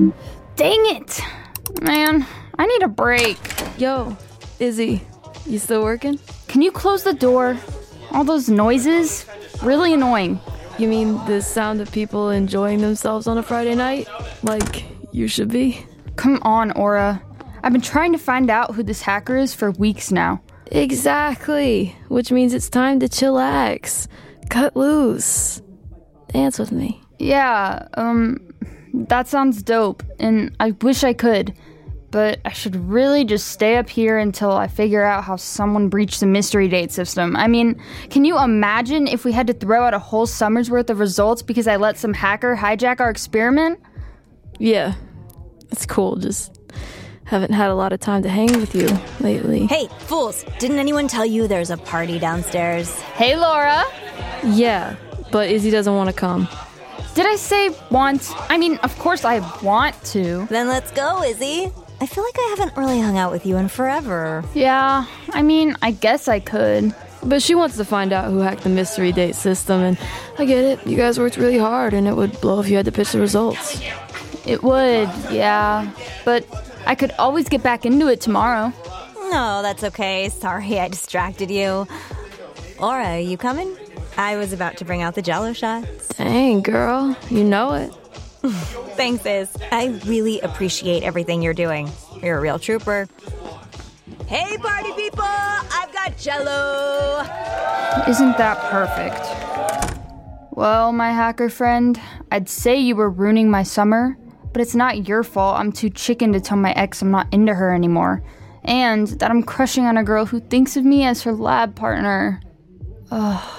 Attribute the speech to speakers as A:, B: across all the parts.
A: Dang it. Man, I need a break.
B: Yo, Izzy, you still working?
A: Can you close the door? All those noises? Really annoying.
B: You mean the sound of people enjoying themselves on a Friday night? Like you should be?
A: Come on, Aura. I've been trying to find out who this hacker is for weeks now.
B: Exactly, which means it's time to chillax. Cut loose. Dance with me.
A: Yeah, um, that sounds dope, and I wish I could. But I should really just stay up here until I figure out how someone breached the mystery date system. I mean, can you imagine if we had to throw out a whole summer's worth of results because I let some hacker hijack our experiment?
B: Yeah, it's cool. Just haven't had a lot of time to hang with you lately.
C: Hey, fools! Didn't anyone tell you there's a party downstairs?
A: Hey, Laura!
B: Yeah, but Izzy doesn't want to come.
A: Did I say want? I mean, of course I want to.
C: Then let's go, Izzy. I feel like I haven't really hung out with you in forever.
A: Yeah, I mean, I guess I could.
B: But she wants to find out who hacked the mystery date system, and I get it. You guys worked really hard, and it would blow if you had to pitch the results.
A: It would, yeah. But I could always get back into it tomorrow.
C: No, that's okay. Sorry I distracted you. Laura, you coming? I was about to bring out the jello shots.
B: Dang, girl, you know it.
C: Thanks, Iz. I really appreciate everything you're doing. You're a real trooper. Hey, party people! I've got jello!
A: Isn't that perfect? Well, my hacker friend, I'd say you were ruining my summer, but it's not your fault I'm too chicken to tell my ex I'm not into her anymore, and that I'm crushing on a girl who thinks of me as her lab partner. Ugh.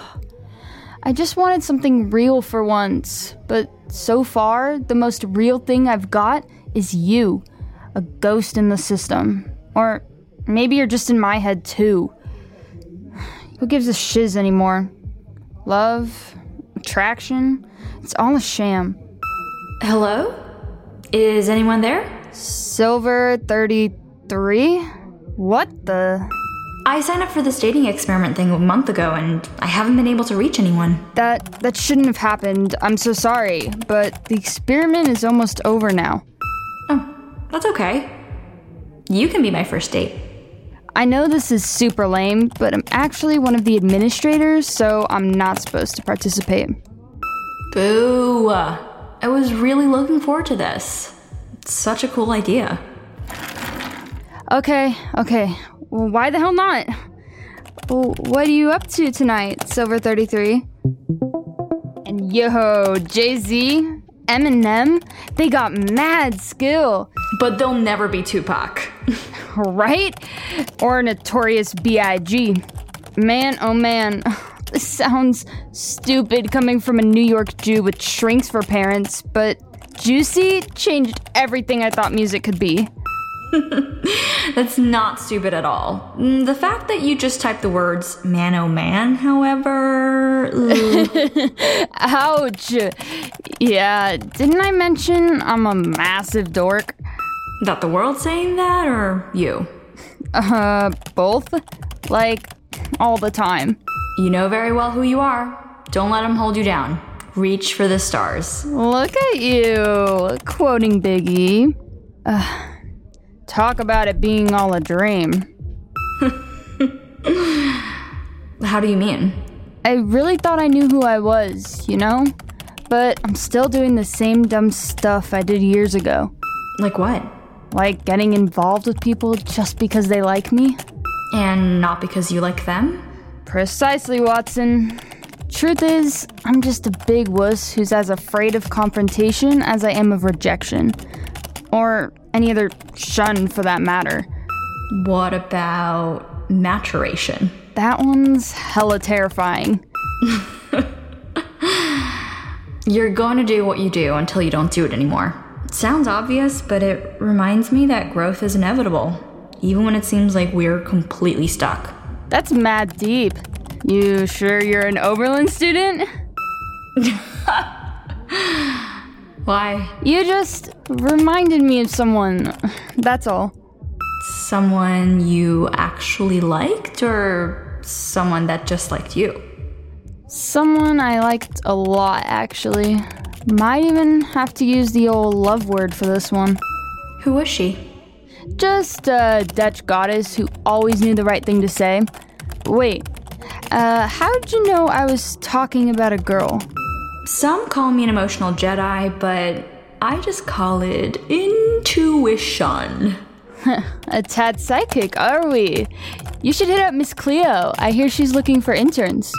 A: I just wanted something real for once, but so far, the most real thing I've got is you, a ghost in the system. Or maybe you're just in my head too. Who gives a shiz anymore? Love? Attraction? It's all a sham.
D: Hello? Is anyone there?
A: Silver 33? What the?
D: I signed up for this dating experiment thing a month ago and I haven't been able to reach anyone.
A: That that shouldn't have happened. I'm so sorry, but the experiment is almost over now.
D: Oh, that's okay. You can be my first date.
A: I know this is super lame, but I'm actually one of the administrators, so I'm not supposed to participate.
D: Boo! I was really looking forward to this. It's such a cool idea.
A: Okay, okay. Well, why the hell not? Well, what are you up to tonight, Silver 33? And yo, Jay Z, Eminem, they got mad skill,
D: But they'll never be Tupac.
A: right? Or Notorious B.I.G. Man, oh man, this sounds stupid coming from a New York Jew with shrinks for parents, but Juicy changed everything I thought music could be.
D: That's not stupid at all. Mm, The fact that you just typed the words man oh man, however. ooh.
A: Ouch! Yeah, didn't I mention I'm a massive dork?
D: that the world saying that or you?
A: Uh, both? Like, all the time.
D: You know very well who you are. Don't let them hold you down. Reach for the stars.
A: Look at you, quoting Biggie. Ugh. Talk about it being all a dream.
D: How do you mean?
A: I really thought I knew who I was, you know? But I'm still doing the same dumb stuff I did years ago.
D: Like what?
A: Like getting involved with people just because they like me.
D: And not because you like them?
A: Precisely, Watson. Truth is, I'm just a big wuss who's as afraid of confrontation as I am of rejection. Or any other shun for that matter.
D: What about maturation?
A: That one's hella terrifying.
D: You're going to do what you do until you don't do it anymore. Sounds obvious, but it reminds me that growth is inevitable, even when it seems like we're completely stuck.
A: That's mad deep. You sure you're an Oberlin student?
D: Why?
A: You just reminded me of someone. That's all.
D: Someone you actually liked, or someone that just liked you?
A: Someone I liked a lot, actually. Might even have to use the old love word for this one.
D: Who was she?
A: Just a Dutch goddess who always knew the right thing to say. Wait, uh, how'd you know I was talking about a girl?
D: Some call me an emotional Jedi, but I just call it intuition.
A: A tad psychic, are we? You should hit up Miss Cleo. I hear she's looking for interns.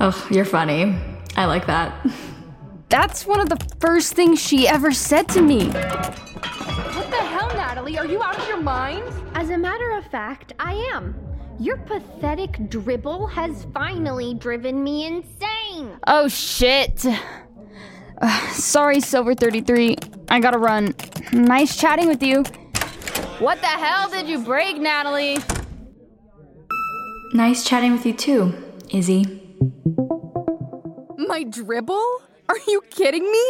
D: Oh, you're funny. I like that.
A: That's one of the first things she ever said to me. What the hell, Natalie? Are you out of your mind?
E: As a matter of fact, I am. Your pathetic dribble has finally driven me insane. Uh,
A: Oh shit. Ugh, sorry, Silver 33. I gotta run. Nice chatting with you. What the hell did you break, Natalie?
D: Nice chatting with you too, Izzy.
F: My dribble? Are you kidding me?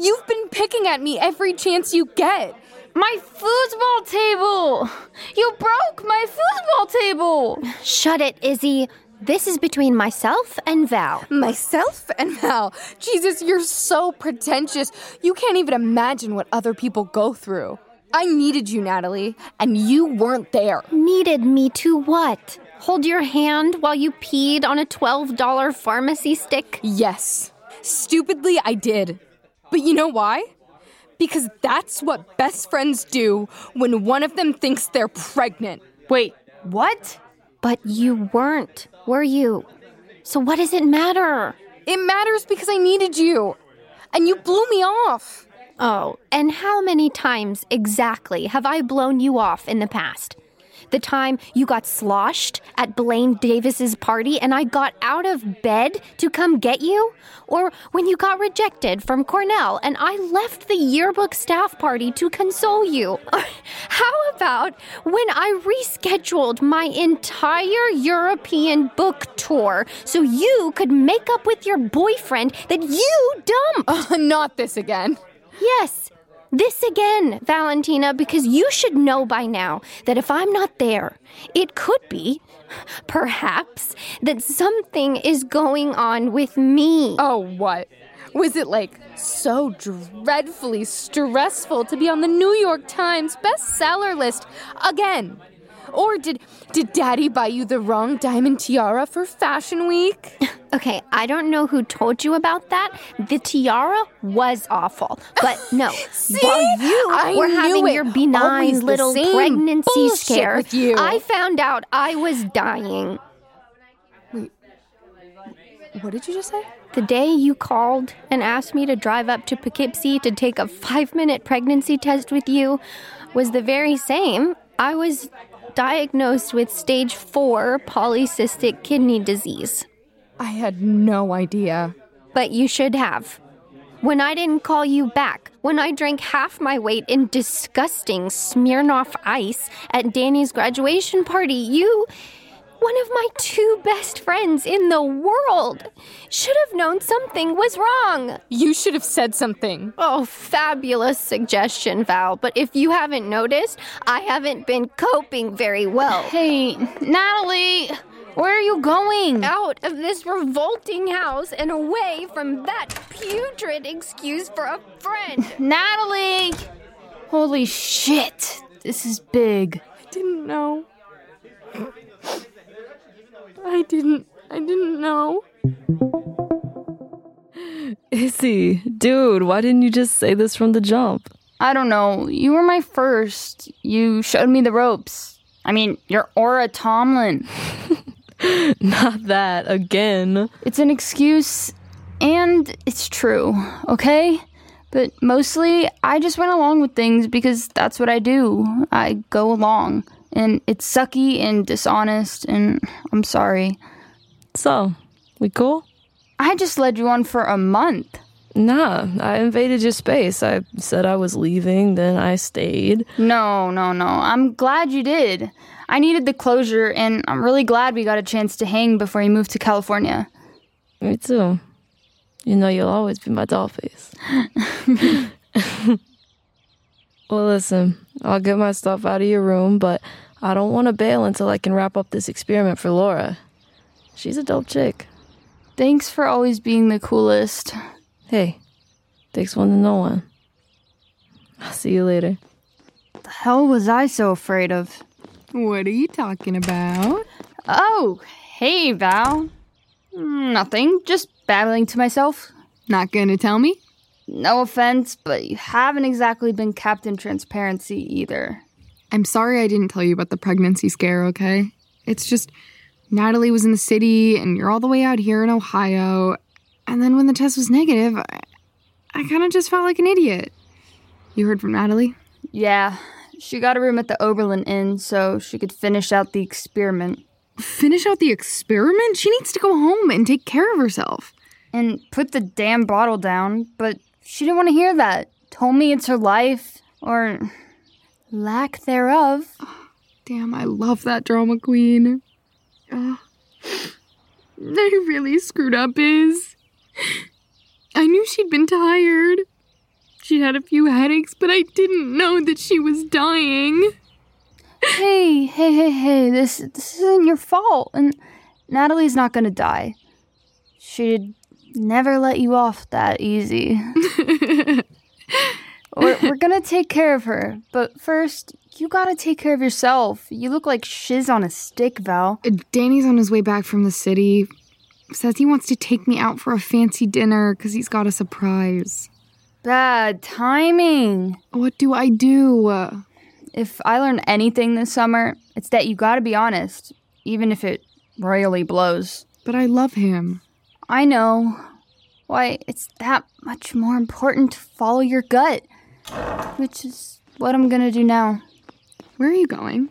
F: You've been picking at me every chance you get.
A: My foosball table! You broke my foosball table!
E: Shut it, Izzy. This is between myself and Val.
F: Myself and Val. Jesus, you're so pretentious. You can't even imagine what other people go through. I needed you, Natalie, and you weren't there.
E: Needed me to what? Hold your hand while you peed on a $12 pharmacy stick?
F: Yes, stupidly I did. But you know why? Because that's what best friends do when one of them thinks they're pregnant.
A: Wait, what?
E: But you weren't, were you? So what does it matter?
F: It matters because I needed you, and you blew me off.
E: Oh, and how many times exactly have I blown you off in the past? The time you got sloshed at Blaine Davis's party and I got out of bed to come get you? Or when you got rejected from Cornell and I left the yearbook staff party to console you? How about when I rescheduled my entire European book tour so you could make up with your boyfriend that you dumped?
F: Not this again.
E: Yes, this again, Valentina, because you should know by now that if I'm not there, it could be, perhaps, that something is going on with me.
F: Oh, what? Was it like so dreadfully stressful to be on the New York Times bestseller list again? Or did did daddy buy you the wrong diamond tiara for fashion week?
E: Okay, I don't know who told you about that. The tiara was awful, but no. while you
F: I
E: were
F: knew
E: having
F: it.
E: your
F: Always
E: benign
F: the
E: little
F: same
E: pregnancy
F: bullshit
E: scare,
F: with you.
E: I found out I was dying.
F: What did you just say?
E: The day you called and asked me to drive up to Poughkeepsie to take a five minute pregnancy test with you was the very same. I was diagnosed with stage four polycystic kidney disease,
F: I had no idea.
E: but you should have. When I didn't call you back, when I drank half my weight in disgusting Smirnoff ice at Danny's graduation party, you, one of my two best friends in the world, should have known something was wrong.
F: You should have said something.
E: Oh, fabulous suggestion, Val. But if you haven't noticed, I haven't been coping very well.
A: Hey, Natalie, where are you going?
E: Out of this revolting house and away from that putrid excuse for a friend.
A: Natalie! Holy shit, this is big.
F: didn't know. I didn't. I didn't know.
B: Izzy, dude, why didn't you just say this from the jump?
A: I don't know, you were my first. You showed me the ropes. I mean, you're Aura Tomlin.
B: Not that again.
A: It's an excuse, and it's true, okay? But mostly, I just went along with things because that's what I do. I go along. And it's sucky and dishonest, and I'm sorry.
B: So, we cool?
A: I just led you on for a month.
B: Nah, I invaded your space. I said I was leaving, then I stayed.
A: No, no, no. I'm glad you did. I needed the closure, and I'm really glad we got a chance to hang before you moved to California.
B: Me too. You know you'll always be my doll face. well, listen, I'll get my stuff out of your room, but I don't want to bail until I can wrap up this experiment for Laura. She's a dope chick.
A: Thanks for always being the coolest.
B: Hey, takes one to know one. I'll see you later.
A: The hell was I so afraid of?
F: What are you talking about?
A: Oh, hey, Val. Nothing, just babbling to myself.
F: Not gonna tell me?
A: No offense, but you haven't exactly been Captain Transparency either.
F: I'm sorry I didn't tell you about the pregnancy scare, okay? It's just Natalie was in the city and you're all the way out here in Ohio. And then when the test was negative, I, I kind of just felt like an idiot. You heard from Natalie?
A: Yeah, she got a room at the Oberlin Inn so she could finish out the experiment
F: Finish out the experiment? She needs to go home and take care of herself.
A: and put the damn bottle down, but she didn't want to hear that. Told me it's her life, or lack thereof.
F: Damn, I love that drama queen. Ugh. They really screwed up, Biz. I knew she'd been tired. She had a few headaches, but I didn't know that she was dying.
A: hey, hey, hey, hey, this this isn't your fault. And Natalie's not gonna die. She'd never let you off that easy. we're, we're gonna take care of her, but first, you gotta take care of yourself. You look like shiz on a stick, Val.
F: Danny's on his way back from the city. Says he wants to take me out for a fancy dinner because he's got a surprise.
A: Bad timing.
F: What do I do?
A: If I learn anything this summer, it's that you gotta be honest, even if it royally blows.
F: But I love him.
A: I know. Why, it's that much more important to follow your gut, which is what I'm gonna do now.
F: Where are you going?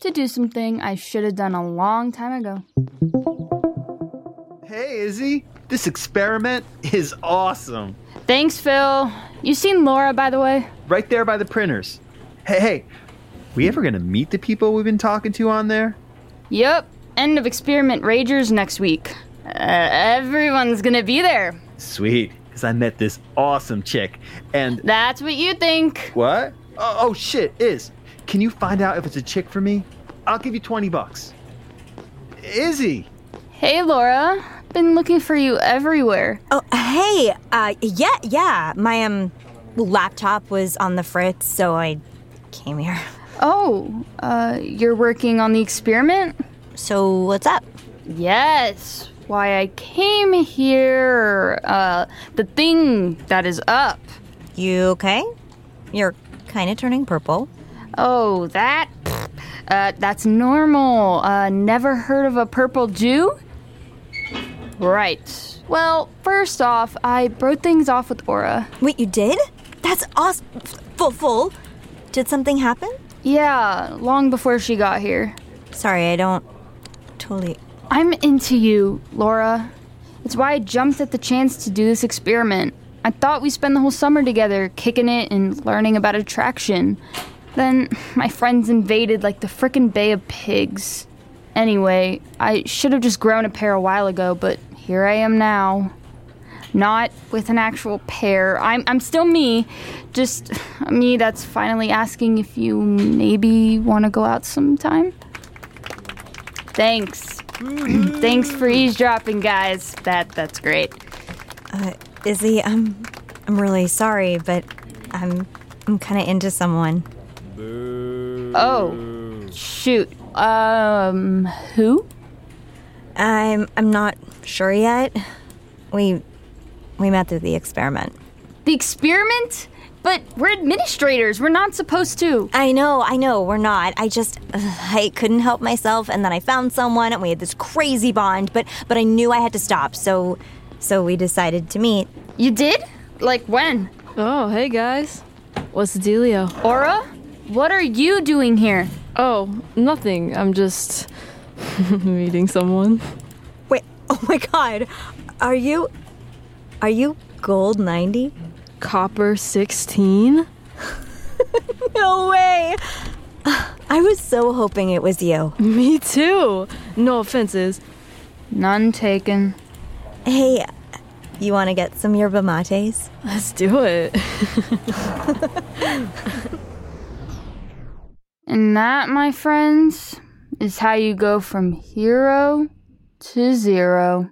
A: To do something I should have done a long time ago.
G: Hey, Izzy, this experiment is awesome.
A: Thanks, Phil. You seen Laura, by the way?
G: Right there by the printers. Hey, hey, we ever gonna meet the people we've been talking to on there?
A: Yep. End of experiment Ragers next week. Uh, everyone's gonna be there.
G: Sweet, because I met this awesome chick. And
A: That's what you think.
G: what? Oh, oh, shit, Iz, can you find out if it's a chick for me? I'll give you 20 bucks. Izzy!
A: Hey, Laura. Been looking for you everywhere.
C: Oh, hey, uh, yeah, yeah. My um, laptop was on the fritz, so I came here.
A: Oh, uh, you're working on the experiment?
C: So what's up?
A: Yes, why I came here. Uh, the thing that is up.
C: You okay? You're kind of turning purple.
A: Oh, that. Uh, that's normal. Uh, never heard of a purple Jew? Right. Well, first off, I broke things off with Aura.
C: Wait, you did? That's awesome. Full, full. Did something happen?
A: Yeah, long before she got here.
C: Sorry, I don't totally.
A: I'm into you, Laura. It's why I jumped at the chance to do this experiment. I thought we'd spend the whole summer together, kicking it and learning about attraction. Then my friends invaded like the frickin' Bay of Pigs. Anyway, I should have just grown a pair a while ago, but here I am now. Not with an actual pair. I'm, I'm still me, just uh, me that's finally asking if you maybe want to go out sometime. Thanks. Thanks for eavesdropping, guys. That that's great.
C: Uh, Izzy, I'm, I'm really sorry, but I'm, I'm kind of into someone.
A: Oh, shoot. Um, who?
C: I'm, I'm not sure yet. We, we met through the experiment.
A: The experiment? But we're administrators. We're not supposed to.
C: I know, I know, we're not. I just I couldn't help myself and then I found someone and we had this crazy bond, but but I knew I had to stop. So so we decided to meet.
A: You did? Like when?
B: Oh, hey guys. What's the dealio?
A: Aura? What are you doing here?
B: Oh, nothing. I'm just meeting someone.
C: Wait, oh my god. Are you are you gold 90?
B: Copper 16?
C: No way. I was so hoping it was you.
B: Me too. No offenses.
A: None taken.
C: Hey, you want to get some yerba mates?
B: Let's do it.
A: And that, my friends, is how you go from hero to zero.